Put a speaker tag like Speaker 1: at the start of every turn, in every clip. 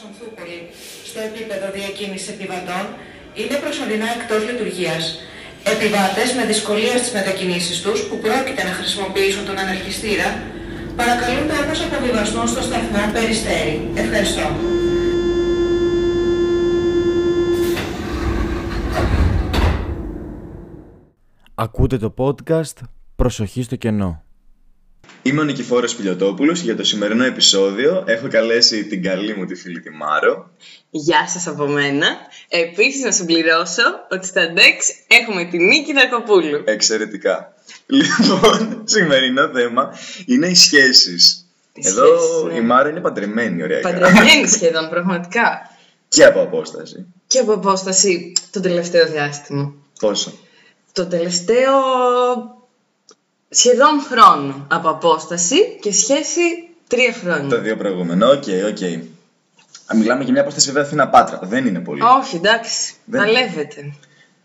Speaker 1: Σονθούπολη στο επίπεδο διακίνησης επιβατών είναι προσωρινά εκτός λειτουργίας. Επιβάτες με δυσκολία στις μετακινήσεις τους που πρόκειται να χρησιμοποιήσουν τον αναρχιστήρα παρακαλούνται όμως αποβιβαστούν στο σταθμό Περιστέρη. Ευχαριστώ.
Speaker 2: Ακούτε το podcast «Προσοχή στο κενό».
Speaker 3: Είμαι ο Νικηφόρος Πιλιοτόπουλος και για το σημερινό επεισόδιο έχω καλέσει την καλή μου τη φίλη τη Μάρο.
Speaker 4: Γεια σας από μένα. Επίσης να συμπληρώσω ότι στα DEX έχουμε τη Νίκη Δακοπούλου.
Speaker 3: Εξαιρετικά. Λοιπόν, σημερινό θέμα είναι οι σχέσεις.
Speaker 4: Οι
Speaker 3: Εδώ
Speaker 4: σχέσεις, ναι.
Speaker 3: η Μάρο είναι παντρεμένη ωραία.
Speaker 4: Παντρεμένη σχεδόν πραγματικά.
Speaker 3: Και από απόσταση.
Speaker 4: Και από απόσταση το τελευταίο διάστημα.
Speaker 3: Πόσο.
Speaker 4: Το τελευταίο σχεδόν χρόνο από απόσταση και σχέση
Speaker 3: Τα
Speaker 4: τρία χρόνια.
Speaker 3: δύο προηγούμενα. Οκ, οκ. Α, Μιλάμε για μια απόσταση βέβαια Αθήνα Πάτρα. Δεν είναι πολύ.
Speaker 4: Όχι, εντάξει.
Speaker 3: Δεν-
Speaker 4: Παλεύετε.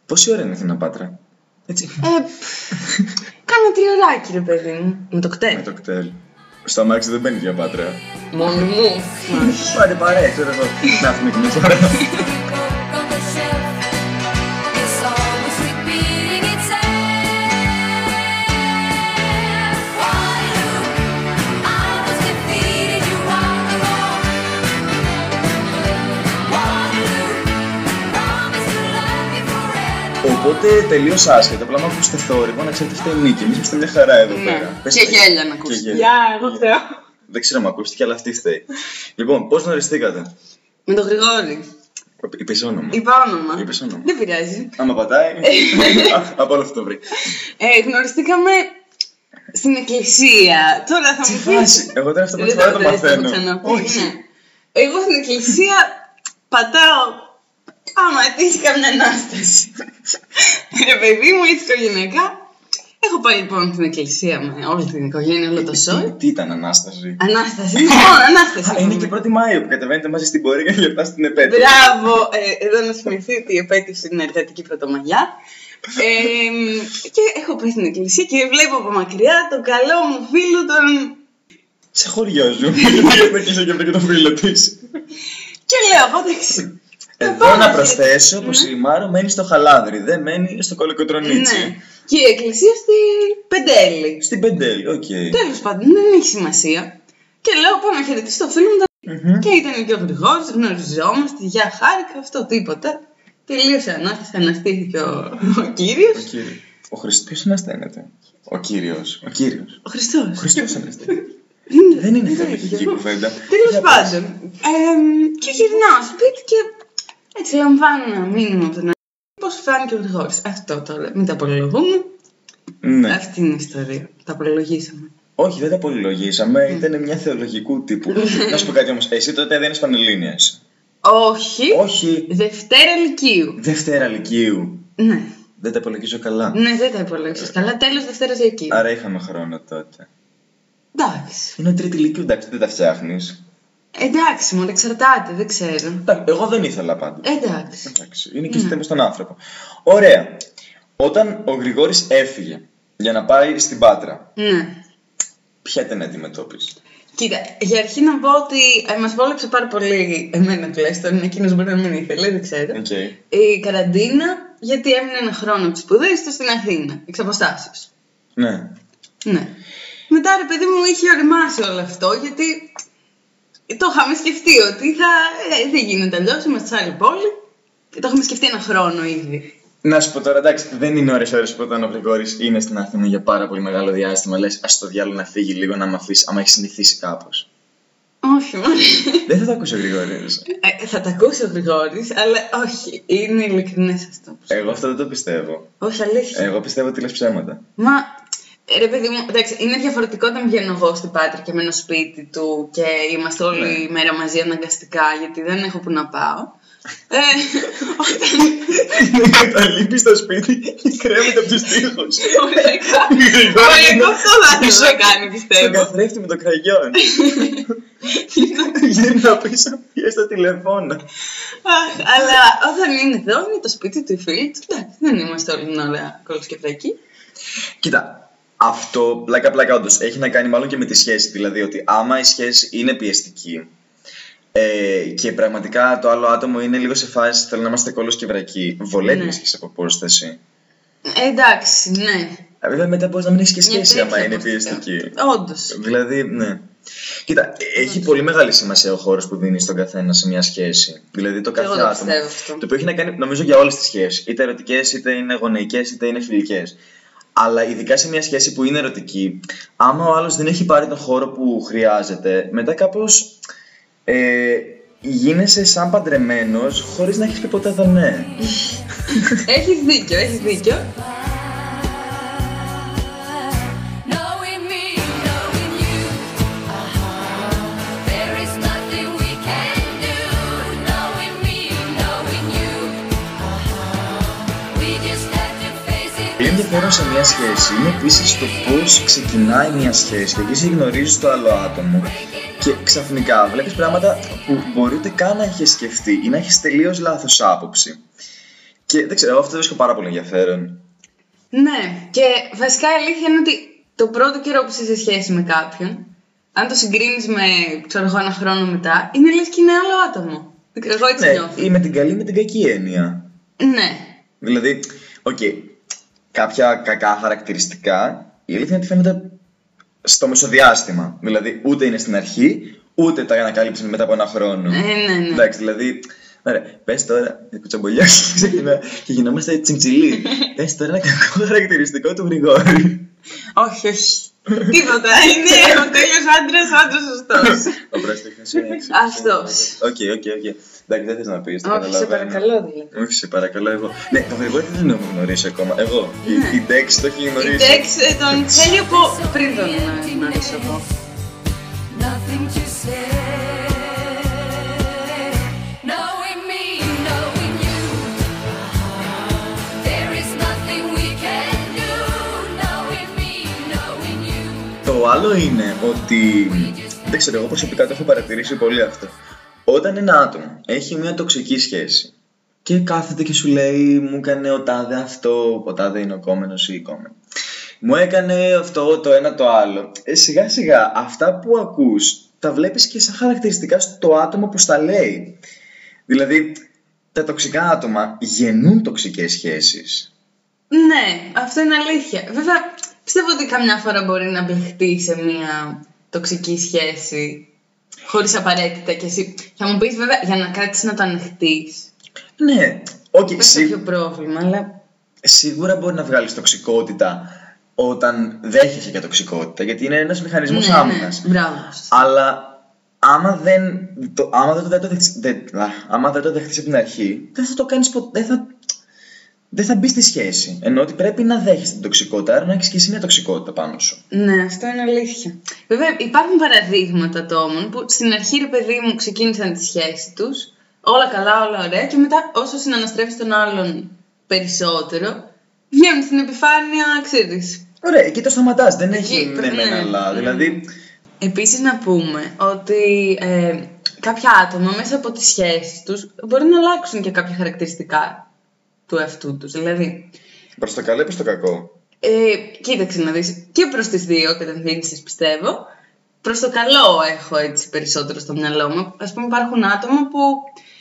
Speaker 3: Πόση ώρα είναι Αθήνα Πάτρα. Έτσι.
Speaker 4: Ε, πφ, κάνω τριωράκι, ρε παιδί μου. Με το
Speaker 3: Με
Speaker 4: κτέλ.
Speaker 3: το κτέλ. Στο αμάξι δεν μπαίνει για Πάτρα.
Speaker 4: Μόνο μου. Μα,
Speaker 3: Πάρε παρέ, ξέρω εγώ. Να έρθουμε και μια φορά. Οπότε τελείωσα άσχετα. Απλά μου ακούσετε θόρυβο να ξέρετε φταίει η Νίκη. Εμείς είμαστε μια χαρά εδώ
Speaker 4: Ναι.
Speaker 3: πέρα. Πες
Speaker 5: Και
Speaker 3: τα-
Speaker 5: γέλια να
Speaker 3: και
Speaker 5: ακούσει.
Speaker 3: γέλια.
Speaker 4: Γεια, εγώ φταίω.
Speaker 3: Δεν ξέρω αν μ' ακούστηκε, αλλά αυτή φταίει. λοιπόν, πώς γνωριστήκατε.
Speaker 4: Με τον Γρηγόρη.
Speaker 3: Είπες όνομα.
Speaker 4: Είπα όνομα.
Speaker 3: Είπες όνομα.
Speaker 4: Δεν πειράζει.
Speaker 3: Άμα πατάει. α, από όλο αυτό το βρει.
Speaker 4: Ε, γνωριστήκαμε στην εκκλησία. Τώρα θα
Speaker 3: Τι
Speaker 4: μου πεις...
Speaker 3: φάση. Εγώ τώρα αυτό πρώτη
Speaker 4: Δεν
Speaker 3: φορά το
Speaker 4: θα πρέπει να το
Speaker 3: μαθαίνω.
Speaker 4: ξαναπώ. Ναι.
Speaker 3: Όχι.
Speaker 4: Εγώ στην εκκλησία πατάω άμα τύχει καμιά ανάσταση. Ρε παιδί μου, έτσι οικογενειακά. Έχω πάει λοιπόν στην εκκλησία με όλη την οικογένεια, όλο το σόι.
Speaker 3: Ε, Τι- Τι ήταν Ανάσταση.
Speaker 4: Ανάσταση. Λοιπόν,
Speaker 3: Α,
Speaker 4: ανάσταση.
Speaker 3: είναι και 1η Μάιο που κατεβαίνετε μαζί στην πορεία για να γιορτάσετε την επέτειο.
Speaker 4: Μπράβο! Ε, εδώ να θυμηθεί ότι η επέτειος είναι εργατική πρωτομαγιά. Ε, μ, και έχω πάει στην εκκλησία και βλέπω από μακριά τον καλό μου φίλο τον...
Speaker 3: Σε χωριό σου. Γιατί δεν κλείσε και βρήκε το φίλο της.
Speaker 4: Και λέω, απόδειξη.
Speaker 3: Εδώ να προσθέσω πω η Μάρο μένει στο χαλάδρι, δεν μένει στο
Speaker 4: Ναι.
Speaker 3: κολοκοτρονίτσι.
Speaker 4: Και η εκκλησία στη Πεντέλη.
Speaker 3: Στην Πεντέλη, οκ.
Speaker 4: Τέλος πάντων, δεν έχει σημασία. Και λέω, πάω να χαιρετήσω το φίλο μου.
Speaker 3: Μμμ.
Speaker 4: Και ήταν και ο Γρηγόρης, γνωριζόμαστε, για χάρηκα, αυτό τίποτα. Τελείωσε η ανάσταση, αναστήθηκε ο, ο κύριος.
Speaker 3: Ο κύριος. Ο Χριστός ανασταίνεται. Ο κύριος. Ο κύριος.
Speaker 4: Ο Χριστός.
Speaker 3: Ο Χριστός ανασταίνεται. Δεν είναι θεολογική κουβέντα.
Speaker 4: Τέλος
Speaker 3: Για
Speaker 4: πάντων. εμ, και γυρνάω σπίτι και έτσι λαμβάνω ένα μήνυμα από τον Ανέστη. Πώς φάνηκε ο Γρηγόρης. Αυτό τώρα. Μην τα απολογούμε.
Speaker 3: πες. Ναι.
Speaker 4: Αυτή είναι η ιστορία. Τα απολογήσαμε.
Speaker 3: Όχι, δεν τα πολυλογήσαμε. Ήταν μια θεολογικού τύπου. Να σου πω κάτι όμως. Εσύ τότε δεν είσαι πανελλήνια.
Speaker 4: Όχι.
Speaker 3: Όχι.
Speaker 4: Δευτέρα Λυκείου.
Speaker 3: Δευτέρα Λυκείου.
Speaker 4: Ναι.
Speaker 3: Δεν τα υπολογίζω καλά.
Speaker 4: Ναι, δεν τα υπολόγισε καλά. Τέλος Δευτέρας Λυκείου.
Speaker 3: Άρα είχαμε χρόνο τότε.
Speaker 4: Εντάξει.
Speaker 3: Είναι τρίτη Λυκείου, εντάξει, δεν τα φτιάχνεις.
Speaker 4: Εντάξει, μου εξαρτάται, δεν ξέρω.
Speaker 3: Εγώ δεν ήθελα πάντα.
Speaker 4: Ε. Εντάξει.
Speaker 3: Εντάξει, είναι και θέμα στον άνθρωπο. Ωραία. Όταν ο Γρηγόρης έφυγε για να πάει στην Πάτρα,
Speaker 4: Ναι.
Speaker 3: ποια την αντιμετώπισε.
Speaker 4: Κοίτα, για αρχή να πω ότι ε, μας βόλεψε πάρα πολύ εμένα τουλάχιστον. Εκείνος μπορεί να μην ήθελε, δεν ξέρω.
Speaker 3: Οκ.
Speaker 4: η καραντίνα, γιατί έμεινε ένα χρόνο από τι σπουδέ του στην Αθήνα, εξ αποστάσεως.
Speaker 3: Ναι.
Speaker 4: Ναι. Μετά ρε παιδί μου είχε οριμάσει όλο αυτό, γιατί το είχαμε σκεφτεί ότι θα, ε, δεν γίνεται αλλιώς, είμαστε σε άλλη πόλη. Και το είχαμε σκεφτεί ένα χρόνο ήδη.
Speaker 3: Να σου πω τώρα, εντάξει, δεν είναι ώρες ώρες που όταν ο Γρηγόρης είναι στην Αθήνα για πάρα πολύ μεγάλο διάστημα. Λες, ας το διάλογο να φύγει λίγο να μ' αφήσει, άμα έχει συνηθίσει κάπως.
Speaker 4: Όχι, μωρέ.
Speaker 3: δεν θα το ακούσει ο Γρηγόρης.
Speaker 4: Ε, θα τα ακούσει ο Γρηγόρης, αλλά όχι, είναι ειλικρινές αυτό.
Speaker 3: Εγώ αυτό δεν το πιστεύω.
Speaker 4: Όχι, αλήθεια.
Speaker 3: Εγώ πιστεύω ότι λες ψέματα.
Speaker 4: Μα ε, ρε παιδί μου, εντάξει, είναι διαφορετικό όταν βγαίνω εγώ στην Πάτρα και μένω σπίτι του και είμαστε όλη
Speaker 3: Ναι.
Speaker 4: η μέρα μαζί αναγκαστικά γιατί δεν έχω που να πάω. Ε, όταν.
Speaker 3: Καταλείπει στο σπίτι και κρέμεται από τους τοίχους.
Speaker 4: Οριακά.
Speaker 3: Γρηγόρη,
Speaker 4: Οριακά αυτό θα ήθελα να κάνει,
Speaker 3: Στον
Speaker 4: πιστεύω.
Speaker 3: καθρέφτη με το κραγιόν. Γύρνα πίσω, πιέσαι το τηλεφώνο.
Speaker 4: Αχ, Αλλά όταν είναι εδώ, είναι το σπίτι του, οι φίλοι του. Εντάξει, δεν είμαστε όλη την ώρα κολοσκεφτακοί.
Speaker 3: Κοίτα, αυτό πλάκα πλάκα όντως έχει να κάνει μάλλον και με τη σχέση. Δηλαδή ότι άμα η σχέση είναι πιεστική, Ε, και πραγματικά το άλλο άτομο είναι λίγο σε φάση θέλω να είμαστε κόλο και βρακοί. Βολεύεις
Speaker 4: Ναι.
Speaker 3: και σε αποπόρσταση.
Speaker 4: Ε, εντάξει, ναι.
Speaker 3: Ε, Βέβαια μετά μπορείς να μην έχεις και
Speaker 4: Μια
Speaker 3: σχέση άμα
Speaker 4: τέτοια
Speaker 3: είναι
Speaker 4: προσωπικά.
Speaker 3: πιεστική.
Speaker 4: Όντως.
Speaker 3: Δηλαδή, ναι. Κοίτα, έχει πολύ μεγάλη σημασία ο χώρος που δίνεις στον καθένα σε μια σχέση. Δηλαδή το
Speaker 4: Και
Speaker 3: κάθε
Speaker 4: εγώ το
Speaker 3: άτομο.
Speaker 4: πιστεύω αυτό.
Speaker 3: Το οποίο έχει να κάνει, νομίζω, για όλες τις σχέσεις. Είτε ερωτικές, είτε είναι γονεϊκές, είτε είναι φιλικές. Αλλά ειδικά σε μια σχέση που είναι ερωτική, άμα ο άλλος δεν έχει πάρει τον χώρο που χρειάζεται, μετά κάπως ε, γίνεσαι σαν παντρεμένος χωρίς να έχεις πει ποτέ το ναι.
Speaker 4: Έχεις δίκιο, έχεις δίκιο.
Speaker 5: Knowing me, knowing you, Uh-huh. there is nothing we can do. Knowing me, knowing you, Uh-huh. we just have to face it.
Speaker 3: Πολύ ενδιαφέρον σε μια σχέση είναι επίσης το πώς ξεκινάει μια σχέση. Και εκεί γνωρίζει το άλλο άτομο. Και ξαφνικά βλέπεις πράγματα που μπορεί ούτε καν να έχεις σκεφτεί ή να έχεις τελείως λάθος άποψη. Και δεν ξέρω, εγώ αυτό το βρίσκω πάρα πολύ ενδιαφέρον.
Speaker 4: Ναι, και βασικά η αλήθεια είναι ότι το πρώτο καιρό που είσαι σε σχέση με κάποιον, αν το συγκρίνεις με ξέρω εγώ, ένα χρόνο μετά, είναι λες και είναι άλλο άτομο. Εγώ έτσι νιώθω.
Speaker 3: Ναι, ή με την καλή ή με την κακή έννοια.
Speaker 4: Ναι.
Speaker 3: Δηλαδή, οκ, κάποια κακά χαρακτηριστικά η αλήθεια είναι ότι φαίνεται στο μεσοδιάστημα. Δηλαδή, ούτε είναι στην αρχή, ούτε τα ανακάλυψε μετά από ένα χρόνο.
Speaker 4: Ε, ναι, ναι.
Speaker 3: Εντάξει, δηλαδή. Ωραία, πες τώρα. Κουτσαμπολιά και γινόμαστε τσιμτσιλί. πες τώρα ένα κακό χαρακτηριστικό του Γρηγόρη.
Speaker 4: Όχι, όχι. Τίποτα. Είναι ο τέλειος άντρας, άντρα σωστό.
Speaker 3: Ο πρόστιχος είναι έξω.
Speaker 4: Αυτός.
Speaker 3: Οκ, οκ, οκ. Εντάξει, δεν θες να πεις.
Speaker 4: Όχι, σε παρακαλώ δηλαδή.
Speaker 3: Όχι, σε παρακαλώ εγώ. Ναι, τον Γρηγόρη δεν τον έχω γνωρίσει ακόμα. Εγώ. Η-
Speaker 4: Ναι.
Speaker 3: Η Ντέξ το έχει
Speaker 4: Η
Speaker 3: γνωρίσει.
Speaker 4: Τέξ ε, τον θέλει από πριν τον ε, γνωρίσω εγώ.
Speaker 5: Nothing to say. Knowing me, knowing you, there is nothing we can do. Knowing me, knowing you.
Speaker 3: Το άλλο είναι ότι. Δεν ξέρω, εγώ προσωπικά το έχω παρατηρήσει πολύ αυτό. Όταν ένα άτομο έχει μια τοξική σχέση και κάθεται και σου λέει μου έκανε ο τάδε αυτό, ο τάδε είναι ο κόμενος ή η κόμενη. Μου έκανε αυτό, το ένα, το άλλο. Ε, σιγά σιγά αυτά που ακούς τα βλέπεις και σαν χαρακτηριστικά στο άτομο που στα λέει. Δηλαδή, τα τοξικά άτομα γεννούν τοξικές σχέσεις.
Speaker 4: Ναι, αυτό είναι αλήθεια. Βέβαια, πιστεύω ότι καμιά φορά μπορεί να μπλεχτεί σε μια τοξική σχέση χωρίς απαραίτητα κι εσύ. Θα μου πεις βέβαια για να κάτσεις να το ανοιχτείς.
Speaker 3: Ναι, οκ,
Speaker 4: Δεν
Speaker 3: σί-
Speaker 4: κάποιο πρόβλημα, αλλά.
Speaker 3: σίγουρα μπορεί να βγάλεις τοξικότητα όταν δέχεσαι για τοξικότητα, γιατί είναι ένας μηχανισμός
Speaker 4: ναι, ναι,
Speaker 3: άμυνας.
Speaker 4: μπράβο.
Speaker 3: Αλλά άμα δεν το, άμα δεν, το- δεν το δεχτείς, δεν, α, άμα δεν το δεχτείς από την αρχή, δεν θα το κάνεις ποτέ, δεν θα, δεν θα μπει στη σχέση. Ενώ ότι πρέπει να δέχεσαι την τοξικότητα, άρα να έχεις και εσύ μια τοξικότητα πάνω σου.
Speaker 4: Ναι, αυτό είναι αλήθεια. Βέβαια, υπάρχουν παραδείγματα ατόμων που στην αρχή, ρε παιδί μου, ξεκίνησαν τη σχέση τους, όλα καλά, όλα ωραία, και μετά, όσο συναναστρέφεις τον άλλον περισσότερο, βγαίνουν στην επιφάνεια, ξέρεις.
Speaker 3: Ωραία, εκεί το σταματάς, δεν
Speaker 4: Εκεί,
Speaker 3: έχει ναι,
Speaker 4: ναι.
Speaker 3: μεν αλλά.
Speaker 4: Mm.
Speaker 3: Δηλαδή,
Speaker 4: Επίσης να πούμε ότι ε, κάποια άτομα μέσα από τις σχέσεις τους μπορεί να αλλάξουν και κάποια χαρακτηριστικά του εαυτού τους. Δηλαδή,
Speaker 3: προς το καλό ή προς το κακό.
Speaker 4: ε, κοίταξε να δεις και προς τις δύο κατευθύνσεις πιστεύω. Προς το καλό έχω έτσι περισσότερο στο μυαλό μου. Ας πούμε υπάρχουν άτομα που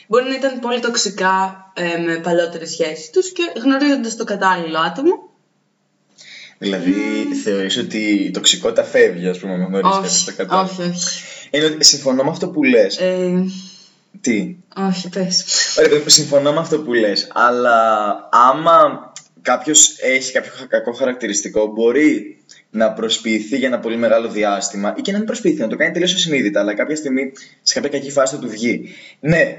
Speaker 4: μπορεί να ήταν πολύ τοξικά ε, με παλαιότερες σχέσεις τους και γνωρίζοντας το κατάλληλο άτομο
Speaker 3: Δηλαδή, θεωρείς ότι η τοξικότητα φεύγει, ας πούμε, με γνωρίς
Speaker 4: όχι,
Speaker 3: το κακό.
Speaker 4: όχι, όχι.
Speaker 3: Είναι ότι συμφωνώ με αυτό που λες.
Speaker 4: Ε,
Speaker 3: Τι.
Speaker 4: όχι, πες.
Speaker 3: Ωραία, παιδί μου, συμφωνώ με αυτό που λες, αλλά άμα κάποιος έχει κάποιο χα- κακό χαρακτηριστικό, μπορεί να προσποιηθεί για ένα πολύ μεγάλο διάστημα ή και να μην προσποιηθεί, να το κάνει τελείως ασυνείδητα, αλλά κάποια στιγμή σε κάποια κακή φάση θα του βγει. Ναι,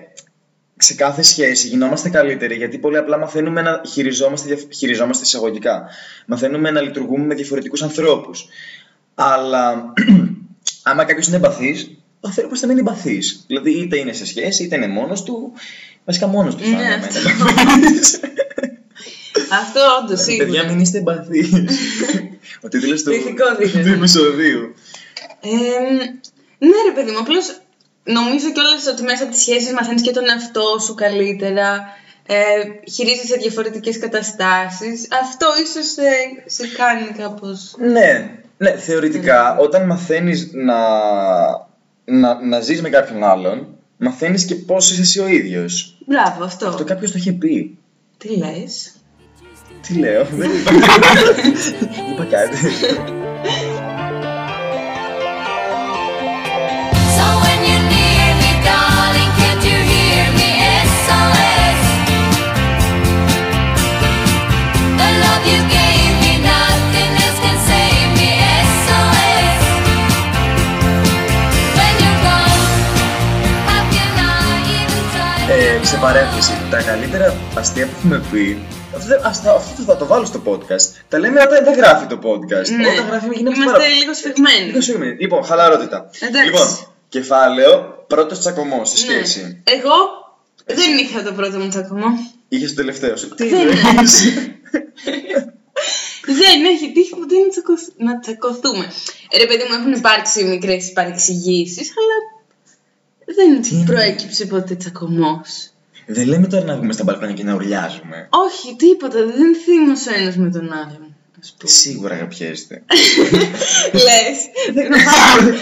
Speaker 3: σε κάθε σχέση γινόμαστε καλύτεροι γιατί πολύ απλά μαθαίνουμε να χειριζόμαστε, διαφ- χειριζόμαστε εισαγωγικά. Μαθαίνουμε να λειτουργούμε με διαφορετικούς ανθρώπους. Αλλά άμα κάποιος είναι εμπαθής, ο άνθρωπο θα μείνει εμπαθή. Δηλαδή είτε είναι σε σχέση, είτε είναι μόνος του. Βασικά μόνος του θα
Speaker 4: Ναι,
Speaker 3: είναι.
Speaker 4: αυτό. Αυτό όντω σίγουρα.
Speaker 3: Παιδιά, μην είστε εμπαθεί. ο τίτλο του,
Speaker 4: Ηθικό δίκαιο.
Speaker 3: του επεισοδίου.
Speaker 4: Εμ, ναι, ρε παιδί μου, απλώς νομίζω κιόλας ότι μέσα από τις σχέσεις μαθαίνεις και τον εαυτό σου καλύτερα. Ε, χειρίζεσαι διαφορετικές καταστάσεις. Αυτό ίσως σε κάνει κάπως.
Speaker 3: Ναι, ναι, θεωρητικά όταν μαθαίνεις να, να, να ζεις με κάποιον άλλον, μαθαίνεις και πώς είσαι εσύ ο ίδιος.
Speaker 4: Μπράβο, αυτό.
Speaker 3: Αυτό κάποιος το είχε πει.
Speaker 4: Τι λες.
Speaker 3: Τι λέω, δεν είπα. Δεν είπα κάτι.
Speaker 5: So when you need me, darling, can't you hear me? SOS. The love you gave me, nothing else can save me. SOS. When you're gone, how can I even try?
Speaker 3: Ε, σε παρένθεση, τα καλύτερα αστεία που έχουμε πει. Αυτό, δεν- ας τα- αυτό θα το βάλω στο podcast. Τα λέμε όταν δεν γράφει το podcast.
Speaker 4: Ναι.
Speaker 3: Όταν γράφει, γίνεται
Speaker 4: Είμαστε λίγο σφιγμένοι.
Speaker 3: Λίγο σφιγμένοι. Λοιπόν, χαλαρότητα.
Speaker 4: Εντάξει.
Speaker 3: Λοιπόν, κεφάλαιο, πρώτος τσακωμός στη σχέση.
Speaker 4: Ναι. Εγώ δεν είχα το πρώτο μου τσακωμό.
Speaker 3: Είχες το τελευταίο σου. Τι
Speaker 4: Δεν
Speaker 3: εννοείς?
Speaker 4: Δεν έχει τύχει ποτέ να, τσακωθ- να τσακωθούμε. Ρε παιδί μου, έχουν υπάρξει μικρές παρεξηγήσεις, αλλά δεν προέκυψε ποτέ τσακωμός.
Speaker 3: Δεν λέμε τώρα να βγούμε στα μπαλκόνια και να ουρλιάζουμε.
Speaker 4: Όχι, τίποτα. Δεν θύμωσε ο ένας με τον άλλον. ας πούμε.
Speaker 3: Σίγουρα αγαπιέστε.
Speaker 4: Λες. Δεν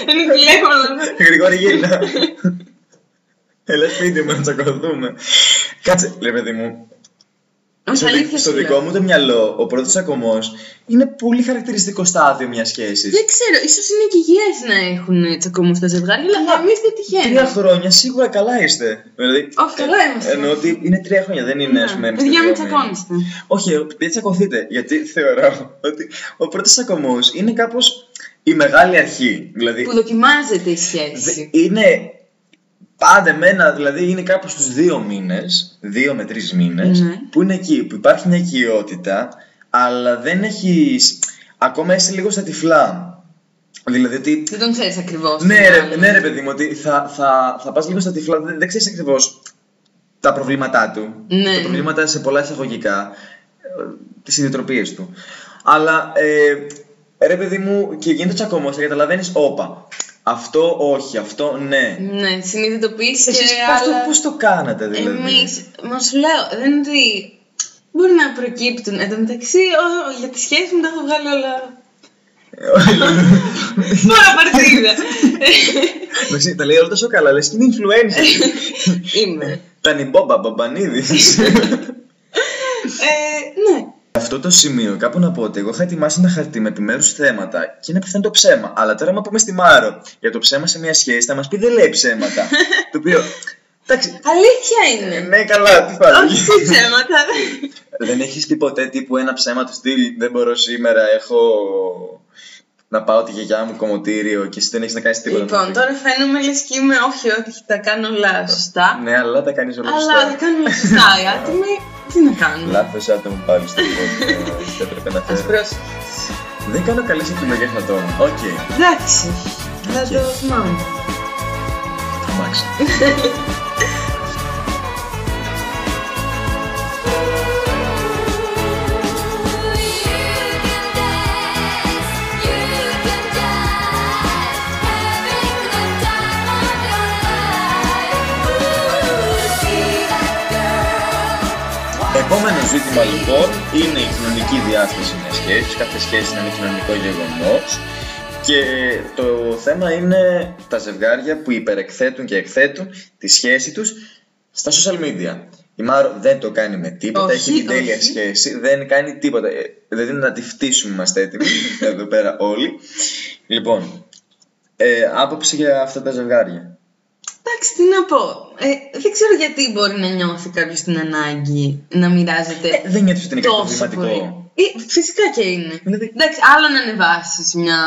Speaker 4: δουλεύω να
Speaker 3: Γρηγόρη γύρνα. Έλα σπίτι μου να τσακωθούμε. Κάτσε, ρε παιδί μου.
Speaker 4: Όχι,
Speaker 3: Στο, δι-
Speaker 4: αλήθεια.
Speaker 3: στο
Speaker 4: σου
Speaker 3: δικό
Speaker 4: λέω.
Speaker 3: μου το μυαλό, ο πρώτος τσακωμό είναι πολύ χαρακτηριστικό στάδιο μιας σχέσης.
Speaker 4: Δεν ξέρω, ίσως είναι και υγιές να έχουν τσακωμού τα ζευγάρια, αλλά εμείς δεν
Speaker 3: Τρία
Speaker 4: τυχαίνουμε.
Speaker 3: χρόνια σίγουρα καλά είστε. Δηλαδή,
Speaker 4: Όχι, καλά
Speaker 3: ε,
Speaker 4: είμαστε.
Speaker 3: Εννοώ ότι είναι τρία χρόνια, δεν είναι, ας πούμε. είμαστε
Speaker 4: Ναι. Παιδιά, μην
Speaker 3: δύο μήνες.
Speaker 4: τσακώνεστε.
Speaker 3: Όχι, ε, δεν τσακωθείτε. Γιατί θεωρώ ότι ο πρώτος τσακωμό είναι κάπως η μεγάλη αρχή. Δηλαδή,
Speaker 4: Που δοκιμάζεται η
Speaker 3: δε-
Speaker 4: σχέση.
Speaker 3: είναι πάντα με ένα, δηλαδή είναι κάπου στου δύο μήνες, δύο με τρεις μήνες,
Speaker 4: Ναι.
Speaker 3: που είναι εκεί, που υπάρχει μια οικειότητα, αλλά δεν έχει. Ακόμα είσαι λίγο στα τυφλά. Δηλαδή ότι
Speaker 4: Δεν τον ξέρεις ακριβώς.
Speaker 3: ναι, ρε, ναι, ρε παιδί μου, ότι θα, θα, θα πας λίγο στα τυφλά. Δεν, δεν ξέρεις ακριβώς τα προβλήματά του.
Speaker 4: Ναι.
Speaker 3: Τα προβλήματα σε πολλά εισαγωγικά. Τις ιδιοτροπίες του. Αλλά ε, ρε παιδί μου, και γίνεται τσακωμός, θα καταλαβαίνεις, όπα. Αυτό όχι, αυτό ναι.
Speaker 4: Ναι, συνειδητοποιήσει και
Speaker 3: Εσείς πώς, το, πώς το κάνατε δηλαδή.
Speaker 4: Εμείς, μας σου λέω, δεν είναι ότι μπορεί να προκύπτουν. Εν τω μεταξύ, ο- για τη σχέση μου τα έχω βγάλει όλα. Τώρα παρτίδα.
Speaker 3: Εντάξει, τα λέει όλα τόσο καλά, λες και είναι influencer.
Speaker 4: Είμαι.
Speaker 3: Τα νιμπόμπα, μπαμπανίδη.
Speaker 4: Ε, ναι.
Speaker 3: Αυτό το σημείο, κάπου να πω ότι εγώ είχα ετοιμάσει ένα χαρτί με επιμέρους θέματα και είναι πιθανό το ψέμα. Αλλά τώρα, άμα πούμε στη Μάρο για το ψέμα σε μια σχέση, θα μας πει δεν λέει ψέματα. το οποίο. Εντάξει.
Speaker 4: Αλήθεια
Speaker 3: ε,
Speaker 4: είναι.
Speaker 3: Ναι, καλά, τι
Speaker 4: Όχι
Speaker 3: φάνηκε.
Speaker 4: σε ψέματα.
Speaker 3: δεν έχεις πει ποτέ τύπου ένα ψέμα του στυλ. Δεν μπορώ σήμερα, έχω να πάω τη γιαγιά μου κομμωτήριο και εσύ δεν έχεις να κάνεις τίποτα.
Speaker 4: Λοιπόν, τώρα φαίνομαι λες και είμαι. Όχι, όχι, τα κάνω όλα σωστά.
Speaker 3: Ναι, αλλά τα κάνεις όλα
Speaker 4: Αλλά τα
Speaker 3: σωστά.
Speaker 4: κάνω όλα σωστά οι άτομοι. Τι να κάνουμε.
Speaker 3: Λάθος άτομο πάλι στο podcast. Θα έπρεπε να
Speaker 4: Ας
Speaker 3: φέρω.
Speaker 4: πρόσεχες.
Speaker 3: Δεν κάνω καλές επιλογές ατόμων. Οκ,
Speaker 4: Εντάξει. Θα το θυμάμαι.
Speaker 3: αμάξι. Επόμενο ζήτημα λοιπόν είναι η κοινωνική διάσταση μιας σχέσης. Κάθε σχέση είναι ένα κοινωνικό γεγονός. Και το θέμα είναι τα ζευγάρια που υπερεκθέτουν και εκθέτουν τη σχέση τους στα social media. Η Μάρο δεν το κάνει με τίποτα,
Speaker 4: Όχι,
Speaker 3: έχει την τέλεια
Speaker 4: όχι.
Speaker 3: σχέση, δεν κάνει τίποτα. Ε, Δεν είναι να τη φτύσουμε, είμαστε έτοιμοι εδώ πέρα όλοι. Λοιπόν, ε, άποψη για αυτά τα ζευγάρια.
Speaker 4: Εντάξει, τι να πω. Ε, δεν ξέρω γιατί μπορεί να νιώθει κάποιος την ανάγκη να μοιράζεται
Speaker 3: Ε, δεν νιώθεις ότι είναι κάτι
Speaker 4: τόσο
Speaker 3: προβληματικό.
Speaker 4: πολύ. Ε, φυσικά και είναι.
Speaker 3: Δηλαδή-
Speaker 4: Εντάξει, άλλο να ανεβάσεις μια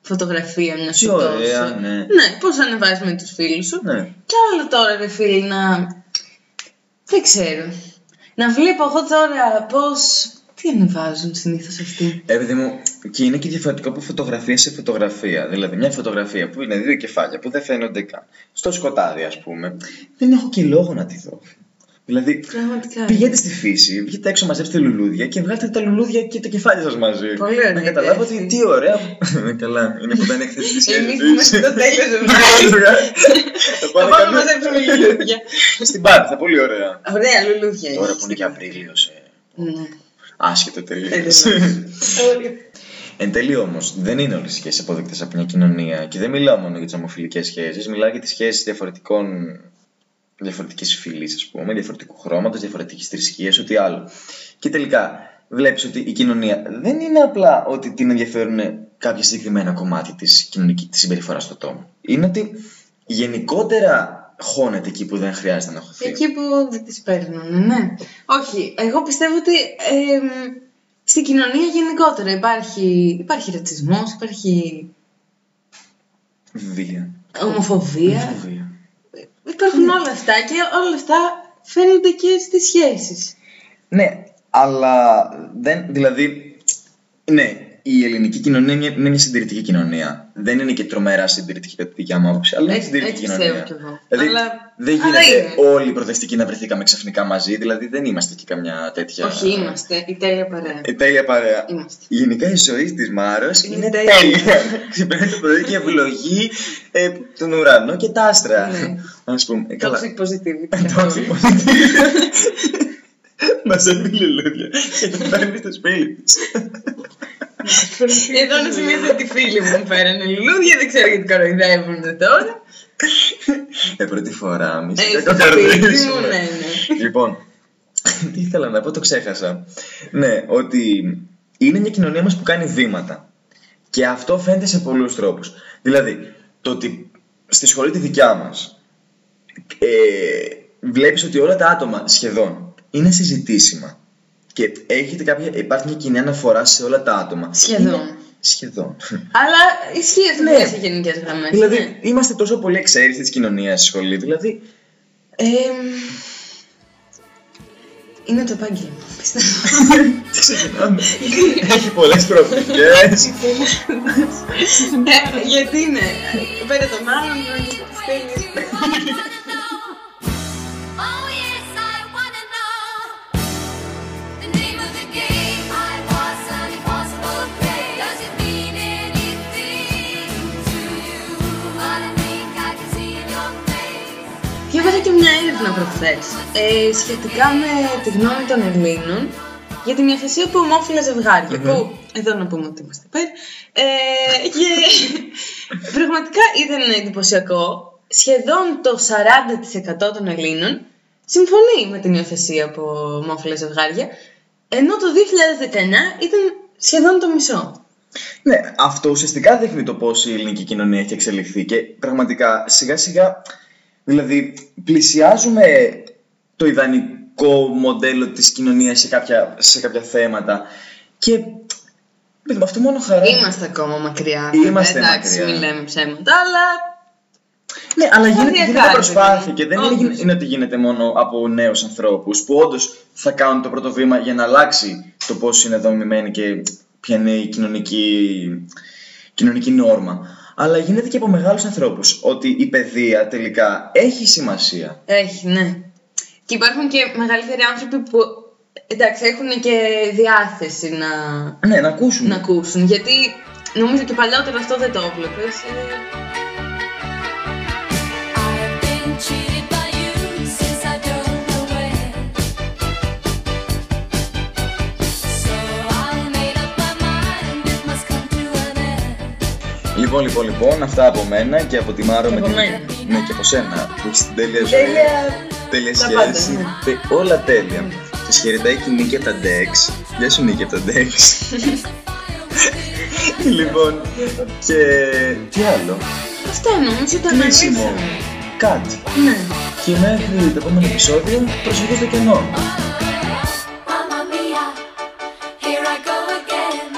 Speaker 4: φωτογραφία, μια
Speaker 3: Τι
Speaker 4: σου
Speaker 3: ωραία, ναι.
Speaker 4: Ναι, πώς ανεβάζει με τους φίλους σου.
Speaker 3: Ναι.
Speaker 4: Και άλλο τώρα, ρε φίλοι, να. Δεν ξέρω. Να βλέπω εγώ τώρα πώς. Τι ανεβάζουν συνήθως αυτοί.
Speaker 3: Ε, παιδί μου, και είναι και διαφορετικό από φωτογραφία σε φωτογραφία. Δηλαδή, μια φωτογραφία που είναι δύο κεφάλια που δεν φαίνονται καν. Στο σκοτάδι, ας πούμε, δεν έχω και λόγο να τη δω. Δηλαδή,
Speaker 4: Πραγματικά.
Speaker 3: πηγαίνετε στη φύση, βγείτε έξω, μαζέψτε λουλούδια και βγάλτε τα λουλούδια και τα κεφάλια σας μαζί.
Speaker 4: Πολύ ωραία
Speaker 3: Να
Speaker 4: ιδέα
Speaker 3: καταλάβω ότι
Speaker 4: αυτή.
Speaker 3: τι ωραία. Ναι, Καλά, είναι που δεν έκθεση της σχέση.
Speaker 4: Εμεί είμαστε το τέλειος
Speaker 3: Ναι,
Speaker 4: ζευγάρι.
Speaker 3: Θα πάω
Speaker 4: Θα
Speaker 3: να
Speaker 4: πάμε
Speaker 3: κάνω
Speaker 4: μαζέψουμε λουλούδια.
Speaker 3: στην πάρτι, θα πολύ ωραία.
Speaker 4: Ωραία, λουλούδια.
Speaker 3: Τώρα
Speaker 4: είναι.
Speaker 3: που είναι και Απρίλιο,
Speaker 4: Ναι.
Speaker 3: άσχετο τελείως.
Speaker 4: Ε, Ωραία.
Speaker 3: Εν τέλει όμως, δεν είναι όλες οι σχέσεις αποδεκτές από μια κοινωνία. Και δεν μιλάω μόνο για τις ομοφυλικέ σχέσεις, μιλάω για τις σχέσεις διαφορετικών διαφορετικής φυλή, ας πούμε, διαφορετικού χρώματος, διαφορετικής θρησκείας, ό,τι άλλο. Και τελικά βλέπεις ότι η κοινωνία δεν είναι απλά ότι την ενδιαφέρουν κάποια συγκεκριμένα κομμάτια της κοινωνική της συμπεριφοράς του ατόμου. Είναι ότι γενικότερα χώνεται εκεί που δεν χρειάζεται να χωθεί.
Speaker 4: Εκεί που δεν τις παίρνουν, ναι. Όχι, εγώ πιστεύω ότι ε, μ, στην κοινωνία γενικότερα υπάρχει, υπάρχει ρατσισμός, υπάρχει
Speaker 3: Βία.
Speaker 4: ομοφοβία,
Speaker 3: Βία.
Speaker 4: υπάρχουν όλα αυτά και όλα αυτά φαίνονται και στις σχέσεις.
Speaker 3: Ναι, αλλά δεν, δηλαδή, ναι, η ελληνική κοινωνία είναι μια, είναι μια συντηρητική κοινωνία. Δεν είναι και τρομερά συντηρητική κατά τη δικιά μου άποψη, αλλά είναι
Speaker 4: Έτσι-
Speaker 3: συντηρητική
Speaker 4: έτσι
Speaker 3: κοινωνία.
Speaker 4: πιστεύω κι εγώ.
Speaker 3: Δηλαδή,
Speaker 4: Αλλά-
Speaker 3: δεν
Speaker 4: αλλά
Speaker 3: γίνεται
Speaker 4: είναι.
Speaker 3: όλοι οι προτεστικοί να βρεθήκαμε ξαφνικά μαζί, δηλαδή δεν είμαστε και καμιά τέτοια.
Speaker 4: Όχι, είμαστε η τέλεια παρέα.
Speaker 3: Ε, τέλεια παρέα.
Speaker 4: Είμαστε.
Speaker 3: Γενικά η ζωή της Μάρο
Speaker 4: Είναι
Speaker 3: είναι
Speaker 4: τέλεια.
Speaker 3: τέλεια. Ξυπνάει το πρωί και ευλογεί ε, τον ουρανό και τα άστρα.
Speaker 4: Ναι.
Speaker 3: Ας πούμε. Ε, Καλά.
Speaker 4: Toxic positivity.
Speaker 3: Εντάξει, Μαζεύει λουλούδια και τα παίρνει στο σπίτι της.
Speaker 4: Εδώ να σημειώσω τη φίλη μου φέρανε λουλούδια, δεν ξέρω γιατί κοροϊδεύουν τώρα.
Speaker 3: Ε, πρώτη φορά, μη
Speaker 4: Ε,
Speaker 3: σε
Speaker 4: στο σπίτι μου, ναι,
Speaker 3: κατακαρδίσουμε.
Speaker 4: ναι.
Speaker 3: Λοιπόν, τι ήθελα να πω, το ξέχασα. Ναι, ότι είναι μια κοινωνία μας που κάνει βήματα. Και αυτό φαίνεται σε πολλούς τρόπους. Δηλαδή, το ότι στη σχολή τη δικιά μας ε, βλέπεις ότι όλα τα άτομα σχεδόν είναι συζητήσιμα. Και έχετε κάποια, υπάρχει μια κοινή αναφορά σε όλα τα άτομα.
Speaker 4: Σχεδόν.
Speaker 3: Είναι- Σχεδόν.
Speaker 4: Αλλά ισχύει αυτό
Speaker 3: Ναι.
Speaker 4: ναι. σε ναι. γενικές γραμμές.
Speaker 3: δηλαδή, είμαστε τόσο πολύ εξαίρεση της κοινωνίας στη σχολή. Δηλαδή,
Speaker 4: Ε, είναι το επάγγελμα, πιστεύω.
Speaker 3: Τι ξεκινάμε. Έχει πολλές προοπτικές.
Speaker 4: Ε, γιατί είναι. Πέρα των άλλων, είναι και τις τέχνες.
Speaker 5: Oh yes, I wanna know the name of the game. I was an impossible game. Does it mean anything to you? But I think I can see in your face.
Speaker 4: Διάβαζα και μια έρευνα προχθέ ε, σχετικά με τη γνώμη των Ελλήνων για την υιοθεσία του ομόφυλα ζευγάρια, Που εδώ να πούμε ότι είμαστε υπέρ. Ε, και πραγματικά ήταν εντυπωσιακό. Σχεδόν το 40% των Ελλήνων συμφωνεί με την υιοθεσία από ομόφυλα ζευγάρια, ενώ το 2019 ήταν σχεδόν το μισό.
Speaker 3: Ναι, αυτό ουσιαστικά δείχνει το πώς η ελληνική κοινωνία έχει εξελιχθεί και πραγματικά σιγά σιγά. Δηλαδή, πλησιάζουμε το ιδανικό μοντέλο της κοινωνίας σε κάποια, σε κάποια θέματα. Και. παιδί μου, αυτό μόνο χαρά.
Speaker 4: Είμαστε ακόμα μακριά.
Speaker 3: Είμαστε
Speaker 4: εντάξει,
Speaker 3: μακριά.
Speaker 4: μιλάμε ψέματα, αλλά
Speaker 3: Ναι, αλλά γίνεται,
Speaker 4: Σταδιακά,
Speaker 3: γίνεται
Speaker 4: ρε
Speaker 3: προσπάθεια
Speaker 4: παιδί.
Speaker 3: και δεν
Speaker 4: δηλαδή. Όντως.
Speaker 3: είναι, είναι ότι γίνεται μόνο από νέους ανθρώπους που όντως θα κάνουν το πρώτο βήμα για να αλλάξει το πώς είναι δομημένη και ποια είναι η κοινωνική, κοινωνική νόρμα. Αλλά γίνεται και από μεγάλους ανθρώπους ότι η παιδεία τελικά έχει σημασία.
Speaker 4: Έχει, ναι. Και υπάρχουν και μεγαλύτεροι άνθρωποι που εντάξει, έχουν και διάθεση να,
Speaker 3: Ναι, να ακούσουμε.
Speaker 4: να ακούσουν. Γιατί νομίζω και παλιότερα αυτό δεν το Ε, έβλεπε.
Speaker 5: I've been cheated by you since I don't know when. So I made up my mind it must come to an end.
Speaker 3: Λοιπόν, λοιπόν, λοιπόν, αυτά από μένα και από τη Μάρο
Speaker 4: Και
Speaker 3: με
Speaker 4: από
Speaker 3: την.
Speaker 4: μένα.
Speaker 3: Ναι, και από σένα που έχεις την τέλεια ζωή. Τέλεια
Speaker 4: Τα πάντα,
Speaker 3: σχέση.
Speaker 4: ναι.
Speaker 3: τε- Όλα τέλεια. Σα χαιρετάει και η Νίκη από τα Dex. Γεια σου, Νίκη από τα Dex. λοιπόν, και τι άλλο.
Speaker 4: Αυτά νομίζω
Speaker 3: Ναι,
Speaker 4: τα
Speaker 3: Κλείσιμο.
Speaker 4: αναλύσαμε.
Speaker 3: Κάτι.
Speaker 4: Ναι.
Speaker 3: Και μέχρι το επόμενο επεισόδιο, προσοχή στο κενό.
Speaker 5: Mamma mia, here I go again.